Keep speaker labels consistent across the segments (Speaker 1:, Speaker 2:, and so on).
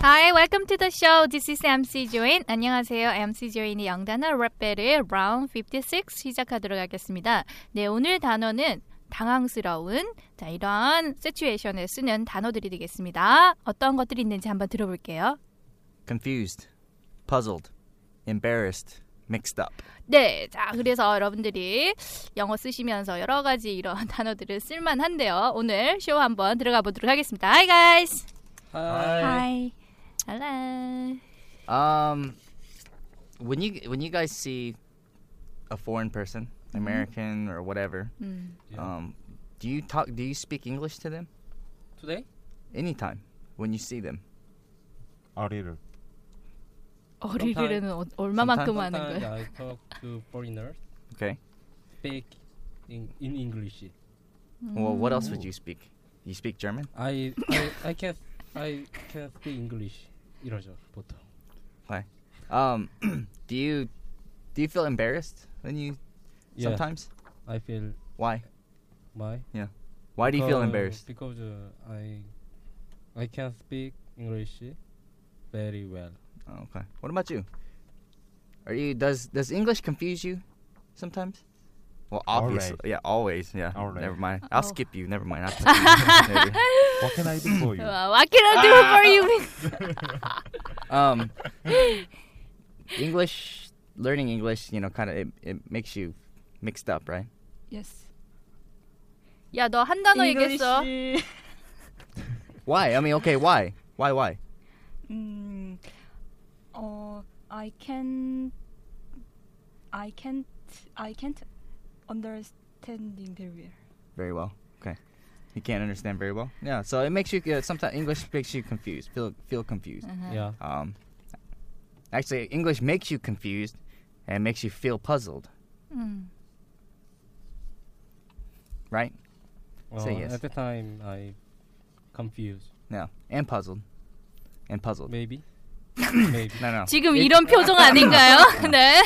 Speaker 1: Hi, welcome to the show. This is MC Join. 안녕하세요. MC Join의 영단어 랩벨을 라운드 56 시작하도록 하겠습니다. 네, 오늘 단어는 당황스러운 자 이런 시츄에이션에 쓰는 단어들이 되겠습니다. 어떤 것들이 있는지 한번 들어볼게요.
Speaker 2: confused, puzzled, embarrassed, mixed up.
Speaker 1: 네, 자 그래서 여러분들이 영어 쓰시면서 여러 가지 이런 단어들을 쓸만한데요. 오늘 쇼 한번 들어가 보도록 하겠습니다. Hi guys. Hi. Hello.
Speaker 2: Um, when you when you guys see Mm-hmm. a foreign person, American or whatever,
Speaker 1: 음.
Speaker 2: um, do you talk? Do you speak English to them
Speaker 3: Today?
Speaker 2: anytime when you see them?
Speaker 4: 아리를
Speaker 1: 어리를은 어- 얼마만큼 하는
Speaker 3: Sometimes
Speaker 1: 거예요?
Speaker 3: I talk to foreigners,
Speaker 2: Okay.
Speaker 3: speak in, in English.
Speaker 2: Well, what else would you speak? You speak German?
Speaker 3: I I I can I can speak English. 이러죠 보통.
Speaker 2: Um, do you do you feel embarrassed when you
Speaker 3: Yeah,
Speaker 2: sometimes?
Speaker 3: I feel
Speaker 2: Why?
Speaker 3: why?
Speaker 2: Why do you feel
Speaker 3: Because-
Speaker 2: embarrassed?
Speaker 3: Because uh, I I can speak English very well.
Speaker 2: Oh, okay. What about you? Are you does does English confuse you sometimes? Well,
Speaker 4: Always.
Speaker 2: obviously, yeah, always, yeah.
Speaker 4: Always.
Speaker 2: Never mind. I'll
Speaker 1: Oh.
Speaker 2: skip you. Never mind. I'll skip you. Maybe.
Speaker 4: What can I do for you? 아.
Speaker 1: 와, What can I do for you?
Speaker 2: Um, English learning English, you know, kind of it, it makes you mixed up, right?
Speaker 1: yes. 야너 한 단어 얘기했어.
Speaker 2: Why? I mean, okay, why? Why? Why?
Speaker 5: 음, 어, I can, I can't, I can't understand in the real.
Speaker 2: Very well. Okay. You can't understand very well. Yeah. So it makes you uh, sometimes English makes you confused. Feel feel confused.
Speaker 1: Uh-huh.
Speaker 3: Yeah.
Speaker 2: Um, actually, English makes you confused and makes you feel puzzled,
Speaker 1: 음.
Speaker 2: right?
Speaker 3: Uh,
Speaker 2: Say yes.
Speaker 3: At the time I confused.
Speaker 2: No, and puzzled, and puzzled.
Speaker 3: Maybe. Maybe.
Speaker 2: No,
Speaker 4: 아,
Speaker 2: no.
Speaker 1: 지금
Speaker 4: 예.
Speaker 2: It-
Speaker 1: 이런 표정 아닌가요? 네.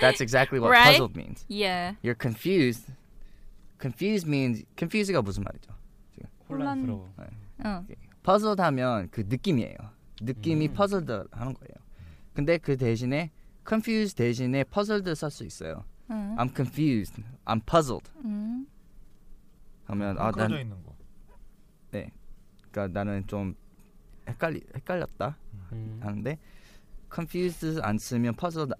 Speaker 2: That's exactly what
Speaker 1: Right?
Speaker 2: puzzled means.
Speaker 4: 예.
Speaker 1: Yeah.
Speaker 2: You're confused. Confused means confused가 무슨 말이죠?
Speaker 3: 혼란스러워.
Speaker 1: 어.
Speaker 2: puzzled 하면 그 느낌이에요.
Speaker 4: 음.
Speaker 2: 느낌이 puzzled 하는 거예요. 근데 그 대신에 confused 대신에 puzzled 쓸수 있어요.
Speaker 1: 음.
Speaker 2: I'm confused. I'm puzzled.
Speaker 1: 음.
Speaker 2: 하면 아,
Speaker 4: 흩어져
Speaker 2: 난
Speaker 4: 있는 거.
Speaker 2: 그러니까 나는 좀 헷갈리 헷갈렸다.
Speaker 3: 음.
Speaker 2: 하는데 confused 안 쓰면 puzzled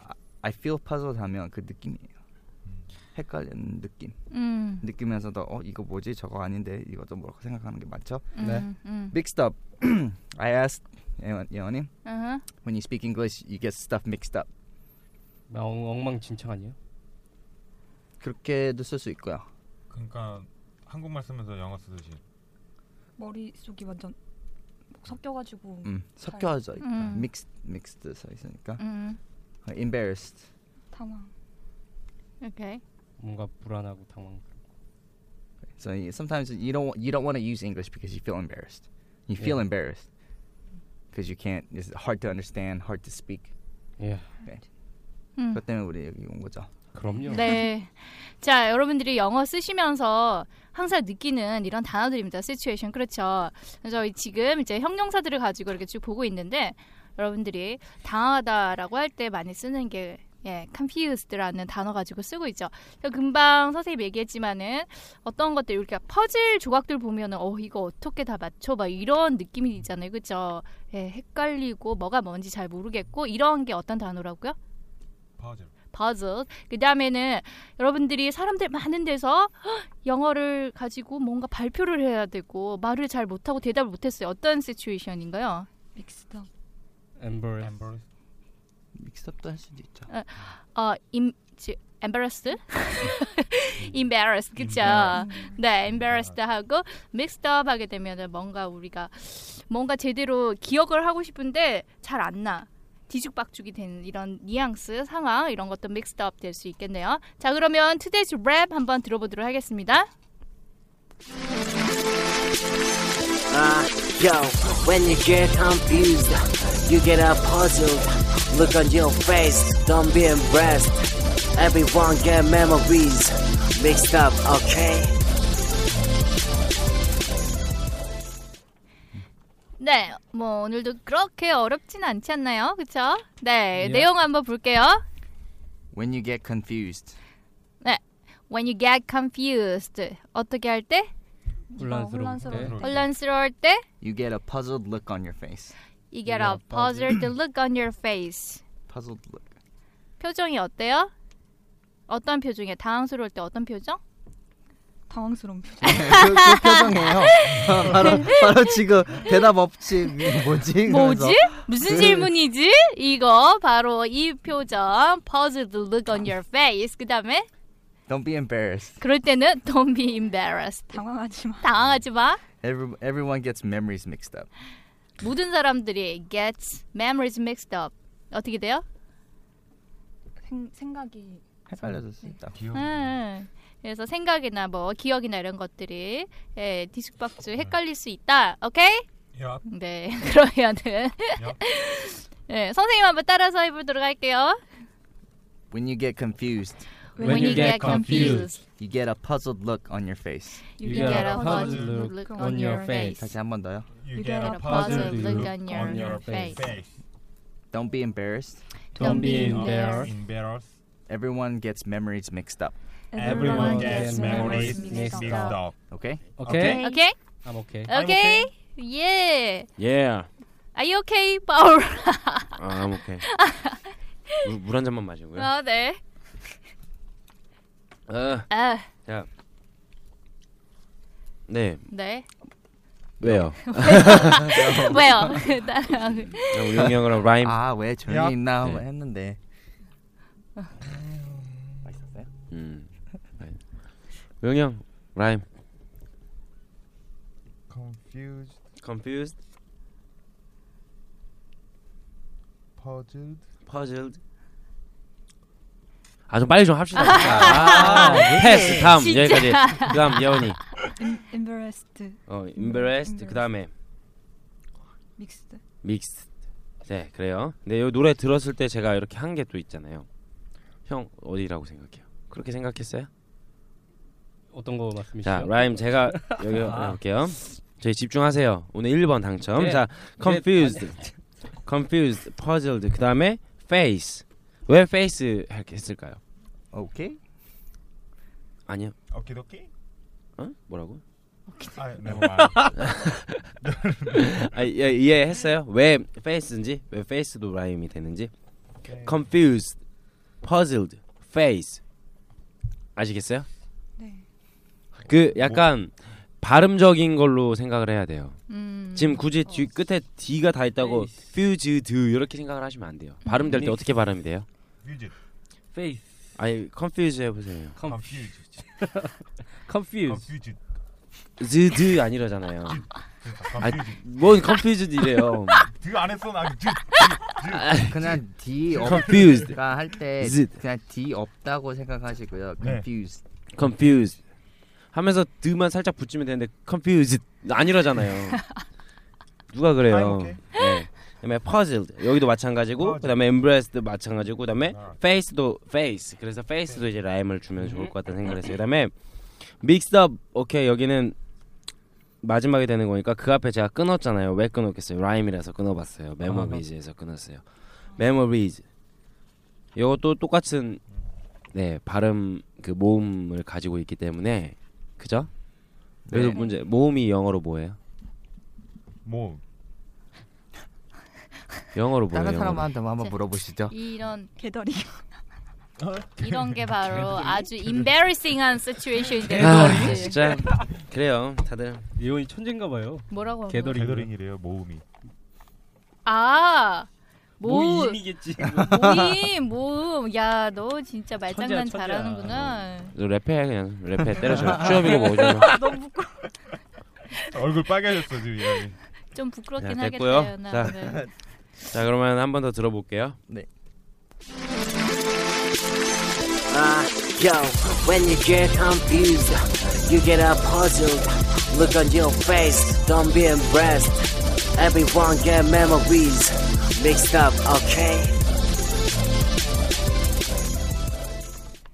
Speaker 2: I feel puzzled 하면 그 느낌이에요.
Speaker 4: 음.
Speaker 2: 헷갈리는 느낌.
Speaker 1: 음.
Speaker 2: 느끼면서도 어 이거 뭐지 저거 아닌데 이것도 뭐라고 생각하는 게 맞죠?
Speaker 1: 네. 음.
Speaker 2: Mixed up. I asked 예원, 예원님
Speaker 4: 네.
Speaker 1: Uh-huh.
Speaker 2: when you speak English you get stuff mixed up.
Speaker 3: 나 엉, 엉망진창 아니에요?
Speaker 2: 그렇게도 쓸 수 있고요.
Speaker 4: 그러니까 한국말 쓰면서 영어 쓰듯이.
Speaker 5: 머릿속이 완전 막 섞여가지고
Speaker 2: 음, 섞여져 있다.
Speaker 1: 음.
Speaker 2: mixed mixed 써 있으니까 어,
Speaker 1: 음.
Speaker 2: embarrassed.
Speaker 5: 당황.
Speaker 1: Okay.
Speaker 3: 뭔가 불안하고 당황스러워.
Speaker 2: So you- sometimes you don't you don't want to use English because you feel embarrassed. You feel
Speaker 3: Yeah.
Speaker 2: embarrassed because you can't. It's hard to understand, hard to speak.
Speaker 3: 예.
Speaker 1: 음.
Speaker 2: 그것 때문에 우리 여기 온 거죠.
Speaker 3: 그럼요.
Speaker 1: 네. 자, 여러분들이 영어 쓰시면서 항상 느끼는 이런 단어들입니다. situation. 그렇죠. 저희 지금 이제 형용사들을 가지고 이렇게 쭉 보고 있는데 여러분들이 당하다라고 할 때 많이 쓰는 게 예, confused라는 단어 가지고 쓰고 있죠. 그래서 금방 선생님 얘기했지만은 어떤 것들 이렇게 퍼즐 조각들 보면은 어 이거 어떻게 다 맞춰 봐 이런 느낌이 있잖아요, 그렇죠? 예, 헷갈리고 뭐가 뭔지 잘 모르겠고 이런 게 어떤 단어라고요?
Speaker 4: 퍼즐.
Speaker 1: puzzle. 그 다음에는 여러분들이 사람들 많은 데서 헉, 영어를 가지고 뭔가 발표를 해야 되고 말을 잘 못하고 대답을 못했어요. 어떤 시츄에이션인가요?
Speaker 5: 믹스다.
Speaker 3: Embarrass.
Speaker 4: 엠버리스.
Speaker 2: 믹스업도 할 수도 있죠.
Speaker 1: 어, 임, 지, embarrassed? embarrassed, 그쵸?
Speaker 4: Embarrassed.
Speaker 1: 네, embarrassed 하고 mixed up 하게 되면 뭔가 우리가 뭔가 제대로 기억을 하고 싶은데 잘 안 나. 뒤죽박죽이 되는 이런 뉘앙스, 상황 이런 것도 mixed up 될 수 있겠네요. 자, 그러면 today's rap 한번 들어보도록 하겠습니다.
Speaker 6: Ah, yo, when you get confused, you get a puzzled look on your face. Don't be impressed. Everyone get memories mixed up, okay?
Speaker 1: 네, 뭐 오늘도 그렇게 어렵진 않지 않나요? 그쵸? 네,
Speaker 3: 예.
Speaker 1: 내용 한번 볼게요.
Speaker 2: When you get confused.
Speaker 1: When you get confused, 어떻게 할 때?
Speaker 3: 혼란스러울
Speaker 5: 혼란스러울
Speaker 3: 때.
Speaker 1: 혼란스러울 때?
Speaker 2: You get a puzzled look on your face.
Speaker 1: You get a puzzled look on your face.
Speaker 2: Puzzled look.
Speaker 1: 표정이 어때요? 어떤 표정이에요? 당황스러울 때 어떤 표정?
Speaker 5: 당황스러운 표정.
Speaker 2: 그, 그 표정이에요. 어, 바로 바로 지금 대답 없이 뭐지?
Speaker 1: 뭐지?
Speaker 2: 그러면서
Speaker 1: 무슨
Speaker 2: 그-
Speaker 1: 질문이지? 이거 바로 이 표정. Puzzled look on your face. 그 다음에
Speaker 2: Don't be embarrassed.
Speaker 1: 그럴 때는 Don't be embarrassed.
Speaker 5: 당황하지 마.
Speaker 1: 당황하지 마.
Speaker 2: Every, everyone gets memories mixed up.
Speaker 1: 모든 사람들이 gets memories mixed up. 어떻게 돼요?
Speaker 5: 생, 생각이
Speaker 2: 헷갈려서 쓰다.
Speaker 4: 귀여워.
Speaker 1: 음. 그래서 생각이나 뭐 기억이나 이런 것들이 예, 뒤죽박죽 헷갈릴 수 있다. 오케이?
Speaker 4: 야,
Speaker 1: 네. 그러면은
Speaker 4: 야.
Speaker 1: 예, 선생님 한번 따라서 해보도록 할게요.
Speaker 2: When you get confused,
Speaker 3: When you get confused,
Speaker 2: you get a puzzled look on your face.
Speaker 3: you
Speaker 1: you get
Speaker 3: get
Speaker 1: a
Speaker 3: a
Speaker 1: puzzled
Speaker 3: puzzled look.
Speaker 1: look on your face.
Speaker 2: 다시 한 번 더요.
Speaker 4: You
Speaker 1: get a puzzled look on your face.
Speaker 2: Don't be embarrassed.
Speaker 3: Don't be embarrassed.
Speaker 4: Embarrassed.
Speaker 2: Everyone gets memories mixed up.
Speaker 5: 음,
Speaker 3: Everyone gets
Speaker 5: 어,
Speaker 3: memories
Speaker 4: mixed
Speaker 3: mixed
Speaker 4: up.
Speaker 3: up.
Speaker 2: Okay?
Speaker 3: Okay?
Speaker 1: 오케이?
Speaker 3: I'm okay.
Speaker 4: I'm
Speaker 1: 오케이? 예.
Speaker 7: Yeah,
Speaker 1: Are you okay, Paul?
Speaker 7: 아, I'm okay. 물 한 잔만 마시고요.
Speaker 1: 아, 네.
Speaker 7: 아,
Speaker 1: 아,
Speaker 7: 네.
Speaker 1: 네.
Speaker 7: 왜요?
Speaker 1: 왜요?
Speaker 3: 네,
Speaker 7: 우영이 형이랑 라임.
Speaker 2: 아 왜 조용히
Speaker 4: Yup.
Speaker 2: 있나
Speaker 7: 네.
Speaker 2: 했는데. 맛있었어요?
Speaker 7: 음. 우영이 형 라임.
Speaker 4: Confused,
Speaker 7: Confused,
Speaker 4: puzzled.
Speaker 7: puzzled. 아 좀 빨리 좀 합시다. 아, 패스 다음
Speaker 1: 진짜.
Speaker 7: 여기까지. 그다음 예원이.
Speaker 5: embarrassed,
Speaker 7: 어, embarrassed. 그다음에
Speaker 5: mixed.
Speaker 7: mixed. 네, 그래요. 근데 이 노래 들었을 때 제가 이렇게 한 게 또 있잖아요. 형 어디라고 생각해요? 그렇게 생각했어요?
Speaker 3: 어떤 거 말씀이시죠?
Speaker 7: 자 라임 제가 여기
Speaker 3: 아.
Speaker 7: 해볼게요 저희 집중하세요 오늘 1번 당첨
Speaker 3: 네. 아,
Speaker 7: 자 confused confused puzzled 그 다음에 face 왜 face 이렇게 했을까요?
Speaker 2: 오케이.
Speaker 7: 아니요
Speaker 4: 오키도키?
Speaker 7: 어? 뭐라고?
Speaker 4: 아, nevermind.
Speaker 7: 아, 예, 이해했어요? 왜 face인지 왜 face도 라임이 되는지
Speaker 4: 오케이.
Speaker 7: confused puzzled face 아시겠어요?
Speaker 5: 네.
Speaker 7: 그 약간 발음적인 걸로 생각을 해야 돼요
Speaker 1: 음.
Speaker 7: 지금 굳이 뒤 끝에 D가 다 있다고
Speaker 3: Face.
Speaker 7: fused 이렇게 생각을 하시면 안 돼요. 발음 될 때 어떻게 발음이 돼요?
Speaker 4: Confused.
Speaker 3: Face.
Speaker 7: 아니 confuse 해보세요.
Speaker 4: Confused.
Speaker 3: Confused.
Speaker 4: Confused.
Speaker 7: 즈드 아니라잖아요.
Speaker 4: Confused.
Speaker 7: 뭔 confused이래요.
Speaker 4: 드안 했어 나. 드.
Speaker 2: 그냥 D 없.
Speaker 7: confused,
Speaker 2: 그러니까 할 때
Speaker 7: Is it?
Speaker 2: 그냥 D 없다고 생각하시고요.
Speaker 4: 네.
Speaker 2: Confused.
Speaker 7: confused 하면서 드만 살짝 붙이면 되는데 confused 아니라잖아요. 누가
Speaker 4: I'm
Speaker 7: 그래요?
Speaker 4: okay.
Speaker 7: 네. 그다음에 puzzled 여기도 마찬가지고
Speaker 4: Puzzled.
Speaker 7: 그다음에 embraced 마찬가지고 그다음에
Speaker 4: Alright.
Speaker 7: face도 face 그래서 face도 이제 라임을 주면 좋을 것 같다는 생각을 했어요. 그다음에 mixed up 오케이 여기는 마지막에 되는 거니까 그 앞에 제가 끊었잖아요. 왜 끊었겠어요? 라임이라서 끊어봤어요. memories에서 끊었어요. memories 이것도 똑같은 네 발음 그 모음을 가지고 있기 때문에 그죠? 그래서
Speaker 2: 네.
Speaker 7: 문제 모음이 영어로 뭐예요?
Speaker 4: 뭐
Speaker 7: 영어로 뭐예요?
Speaker 2: 다른
Speaker 7: 영어로?
Speaker 2: 사람한테 한번
Speaker 1: 자,
Speaker 2: 물어보시죠.
Speaker 1: 이런
Speaker 5: 개더리.
Speaker 1: 이런 게 바로 아주 embarrassing한 situation인데
Speaker 7: 아, 진짜 그래요 다들
Speaker 3: 예원이 천재인가 봐요.
Speaker 1: 뭐라고 하고
Speaker 3: 개더리.
Speaker 4: 게더링이래요 모음이.
Speaker 1: 아
Speaker 3: 뭐
Speaker 1: 모음
Speaker 3: 모임이겠지. 뭐
Speaker 1: 모임 모음 야 너 진짜 말장난
Speaker 3: 천재야, 천재야.
Speaker 1: 잘하는구나
Speaker 7: 너 랩해 그냥 랩해 때려줘 취업이고 뭐죠?
Speaker 4: 얼굴 빨개졌어 지금 예원이.
Speaker 1: 좀 부끄럽긴
Speaker 7: 야, 됐고요.
Speaker 1: 하겠다 네. 나
Speaker 7: 자.
Speaker 1: 오늘.
Speaker 7: 자 그러면 한 번 더 들어볼게요.
Speaker 6: Ah, yo, when you get confused, you get a puzzled look on your face. Don't be embarrassed. Everyone get memories mixed up, okay?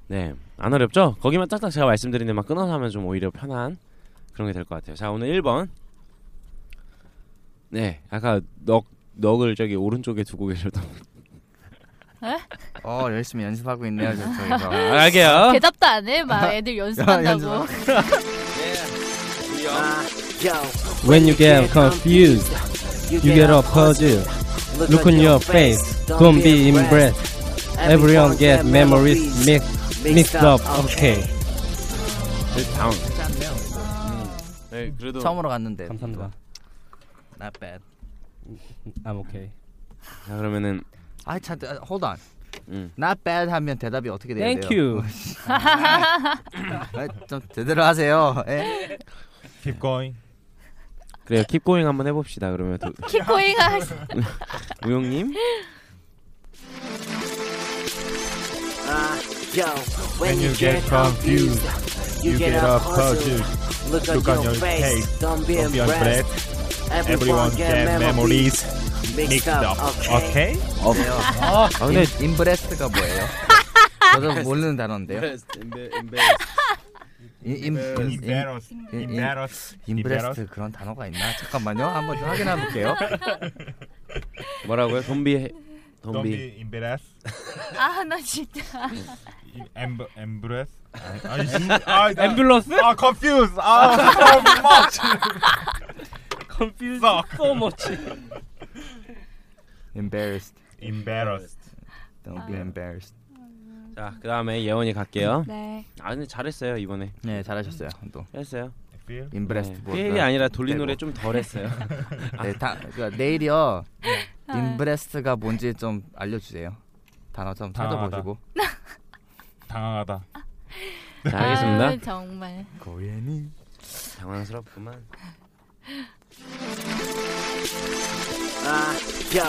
Speaker 7: 네, 안 어렵죠? 거기만 딱딱 제가 말씀드린 데만 끊어서 하면 좀 오히려 편한 그런 게 될 것 같아요. 자, 오늘 1번. 네, 아까 넉, 넉을 저기 오른쪽에 두고 계셨던 분.
Speaker 2: 어 열심히 연습하고 있네요 저- 저희가.
Speaker 7: 아, 알게요.
Speaker 1: 대답도 안해막 애들 연습한다고
Speaker 6: Ah, yo,
Speaker 3: When you get confused, you get a puzzle. Look on your face. Don't be impressed. Everyone get memories mixed mixed up. Okay.
Speaker 7: 그 다음. 네, 그래도
Speaker 2: 처음으로 갔는데.
Speaker 3: 감사합니다.
Speaker 2: Not bad.
Speaker 3: I'm okay.
Speaker 7: 자, 그러면은
Speaker 2: 아, 참, 아, hold on.
Speaker 7: 음.
Speaker 2: Not bad 하면 대답이 어떻게 돼야
Speaker 3: Thank
Speaker 2: 돼요?
Speaker 3: you.
Speaker 2: 아, 좀 제대로 하세요. 예.
Speaker 4: Keep going.
Speaker 7: 그래요. 킵고잉 한번 해 봅시다. 그러면 또
Speaker 1: 킥고잉아
Speaker 7: 우영 님.
Speaker 6: Ah, yo, when you get confused, you get a puzzled look on your face. Don't be
Speaker 4: Don't be
Speaker 6: embarrassed.
Speaker 4: impressed.
Speaker 6: Everyone
Speaker 4: Everyone
Speaker 6: get
Speaker 4: get
Speaker 6: memories
Speaker 4: memories
Speaker 6: mixed up,
Speaker 4: okay?
Speaker 6: okay?
Speaker 7: 아, 근데
Speaker 2: 인브레스트가 뭐예요? 저도 모르는 단어인데요.
Speaker 7: 네.
Speaker 2: 인- 인- 인-
Speaker 4: 네, Embarrassed.
Speaker 2: 인- 인-
Speaker 4: Embarrassed.
Speaker 2: 인브레스트 그런 단어가 있나? 잠깐만요. 한번 좀 확인해 볼게요.
Speaker 7: 뭐라고요? 좀비
Speaker 4: Don't
Speaker 7: 좀비.
Speaker 4: be embarrassed.
Speaker 1: 아나 진짜
Speaker 4: Emb- Embarrassed. 아니 진짜. 아, 나-
Speaker 3: 앰뷸런스?
Speaker 4: 아 confused. 아 so much.
Speaker 3: Confused so much.
Speaker 2: Embarrassed.
Speaker 4: Embarrassed.
Speaker 2: Don't be embarrassed.
Speaker 7: 자, 그다음에 예원이 갈게요.
Speaker 5: 네.
Speaker 7: 아, 근데 잘했어요, 이번에.
Speaker 2: 네, 잘하셨어요. 또
Speaker 7: 잘했어요.
Speaker 4: I feel.
Speaker 2: 인브레스트.
Speaker 7: 네. 필이 아니라 돌린 노래 좀 덜했어요.
Speaker 2: 네, 다, 그러니까 내일이요. 인브레스트가 뭔지 좀 알려주세요. 단어 좀
Speaker 4: 당황하다.
Speaker 2: 찾아보시고.
Speaker 4: 당황하다.
Speaker 7: 자, 알겠습니다.
Speaker 1: 아, 정말
Speaker 2: 고양이.
Speaker 7: 당황스럽구만.
Speaker 6: Ah, yo,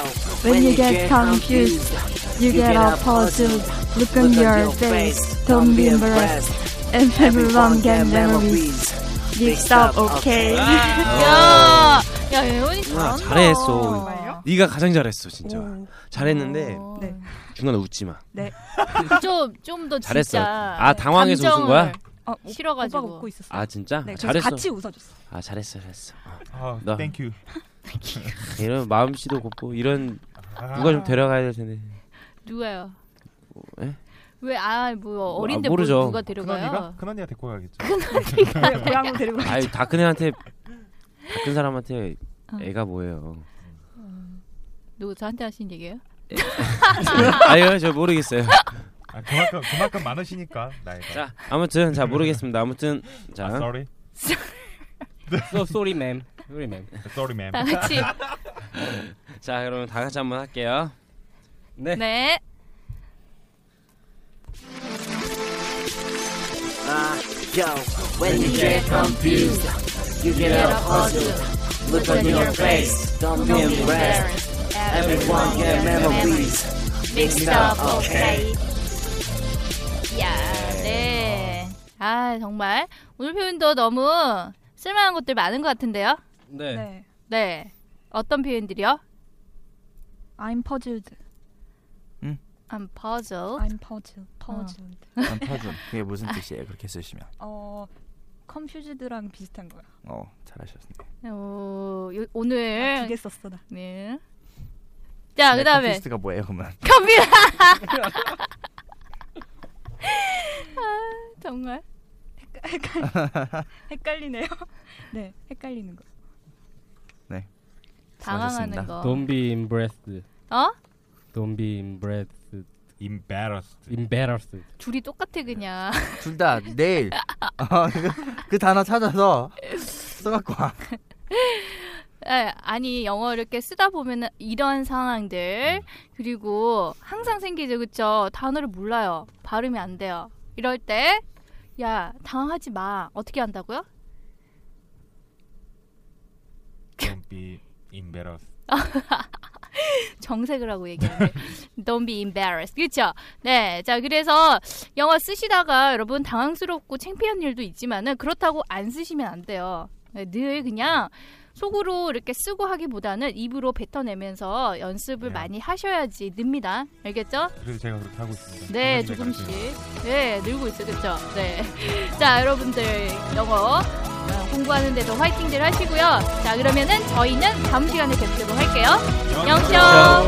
Speaker 5: When you get confused, you get a puzzled look on your face. Don't be embarrassed. And everyone get memories mixed up, okay?
Speaker 1: 야, 야 예원이 잘한다.
Speaker 7: 아, 잘했어. 네가 가장 잘했어, 진짜. 잘했는데
Speaker 5: 네.
Speaker 7: 중간에 웃지 마.
Speaker 1: 그 좀좀 더
Speaker 7: 잘했어.
Speaker 1: 진짜
Speaker 7: 아, 당황해서 웃은
Speaker 1: 감정을
Speaker 7: 거야?
Speaker 5: 어, 오-
Speaker 1: 싫어가지고.
Speaker 5: 오빠가 웃고 있었어.
Speaker 7: 아, 진짜?
Speaker 5: 네,
Speaker 7: 아,
Speaker 5: 그래서
Speaker 7: 잘했어.
Speaker 5: 같이 웃어줬어.
Speaker 7: 아, 잘했어, 잘했어. 아,
Speaker 4: 아,
Speaker 7: 나.
Speaker 4: thank you.
Speaker 7: 이런 마음씨도 곱고 이런 누가 좀 데려가야 될 텐데.
Speaker 1: 누가요?
Speaker 7: 예?
Speaker 1: 왜아뭐 어린데
Speaker 7: 아, 모르죠.
Speaker 1: 뭘 누가
Speaker 4: 큰 언니가
Speaker 5: 그러니까.
Speaker 1: 데려가요?
Speaker 4: 큰 언니가 데리고 가겠죠.
Speaker 5: 고향으로 데리고 가.
Speaker 7: 아유, 다큰 애한테 다큰 사람한테
Speaker 1: 어.
Speaker 7: 애가 뭐예요?
Speaker 1: 누구 저한테 하신 얘기예요?
Speaker 7: 아유, 저 모르겠어요.
Speaker 4: 아, 그만큼 그만큼 많으시니까 나이가.
Speaker 7: 자, 아무튼 자 모르겠습니다. 아무튼
Speaker 4: 아,
Speaker 7: 자,
Speaker 4: sorry.
Speaker 3: So sorry, ma'am. Sorry, ma'am.
Speaker 4: Sorry,
Speaker 1: 다
Speaker 4: ma'am.
Speaker 1: 같이
Speaker 7: 자 그러면 다 같이 한번 할게요.
Speaker 3: 네.
Speaker 1: 네.
Speaker 6: Ah, yo, when you get confused, you get a puzzled look on your face. Don't be embarrassed. Everyone get memories mixed up, okay?
Speaker 1: 야, 네. 아 정말 오늘 표현도 너무 쓸만한 것들 많은 것 같은데요?
Speaker 3: 네.
Speaker 5: 네.
Speaker 1: 네. 어떤 표현들이요?
Speaker 5: I'm puzzled.
Speaker 1: I'm puzzled.
Speaker 5: I'm puzzled. puzzled.
Speaker 2: 난 퍼즐. 그게 무슨 뜻이에요? 그렇게 쓰시면.
Speaker 5: 어, confused랑 비슷한 거야.
Speaker 2: 어, 잘하셨네요.
Speaker 1: 오, 요-
Speaker 5: 두
Speaker 1: 오늘
Speaker 5: 개 썼어 나.
Speaker 1: 네. 자, 그다음에
Speaker 2: 컴퓨스트가 뭐예요, 그러면?
Speaker 1: 컴퓨터. 아, 정말 헷갈리네요. 네, 헷갈리는 거.
Speaker 2: 네.
Speaker 1: 당황하는
Speaker 2: 수고하셨습니다.
Speaker 1: 거.
Speaker 3: Don't be embarrassed.
Speaker 1: 어?
Speaker 3: Don't be embarrassed.
Speaker 4: Embarrassed.
Speaker 3: Embarrassed.
Speaker 1: 둘이 똑같아 그냥.
Speaker 2: 둘 다 내일 어, 그, 그 단어 찾아서 써갖고 와.
Speaker 1: 예, 아니 영어를 이렇게 쓰다 보면은 이런
Speaker 4: 네.
Speaker 1: 상황들 그리고 항상 생기죠 그쵸 단어를 몰라요 발음이 안 돼요 이럴 때 야 당황하지 마 어떻게 한다고요
Speaker 4: Don't be embarrassed.
Speaker 1: 정색을 하고 얘기하는데 Don't be embarrassed 그쵸 네자 그래서 영어 쓰시다가 여러분 당황스럽고 창피한 일도 있지만은 그렇다고 안 쓰시면 안 돼요 네, 늘 그냥 속으로 이렇게 쓰고 하기보다는 입으로 뱉어내면서 연습을
Speaker 4: 네.
Speaker 1: 많이 하셔야지 늡니다 알겠죠?
Speaker 4: 그래서 제가 그렇게 하고 있습니다.
Speaker 1: 네,
Speaker 4: 선생님이
Speaker 1: 조금씩.
Speaker 4: 가르쳐요.
Speaker 1: 네, 늘고 있어요. 그쵸? 네. 자, 여러분들, 영어 어, 공부하는데도 화이팅들 하시고요. 자, 그러면은 저희는 다음 시간에 뵙도록 할게요. 영쇼!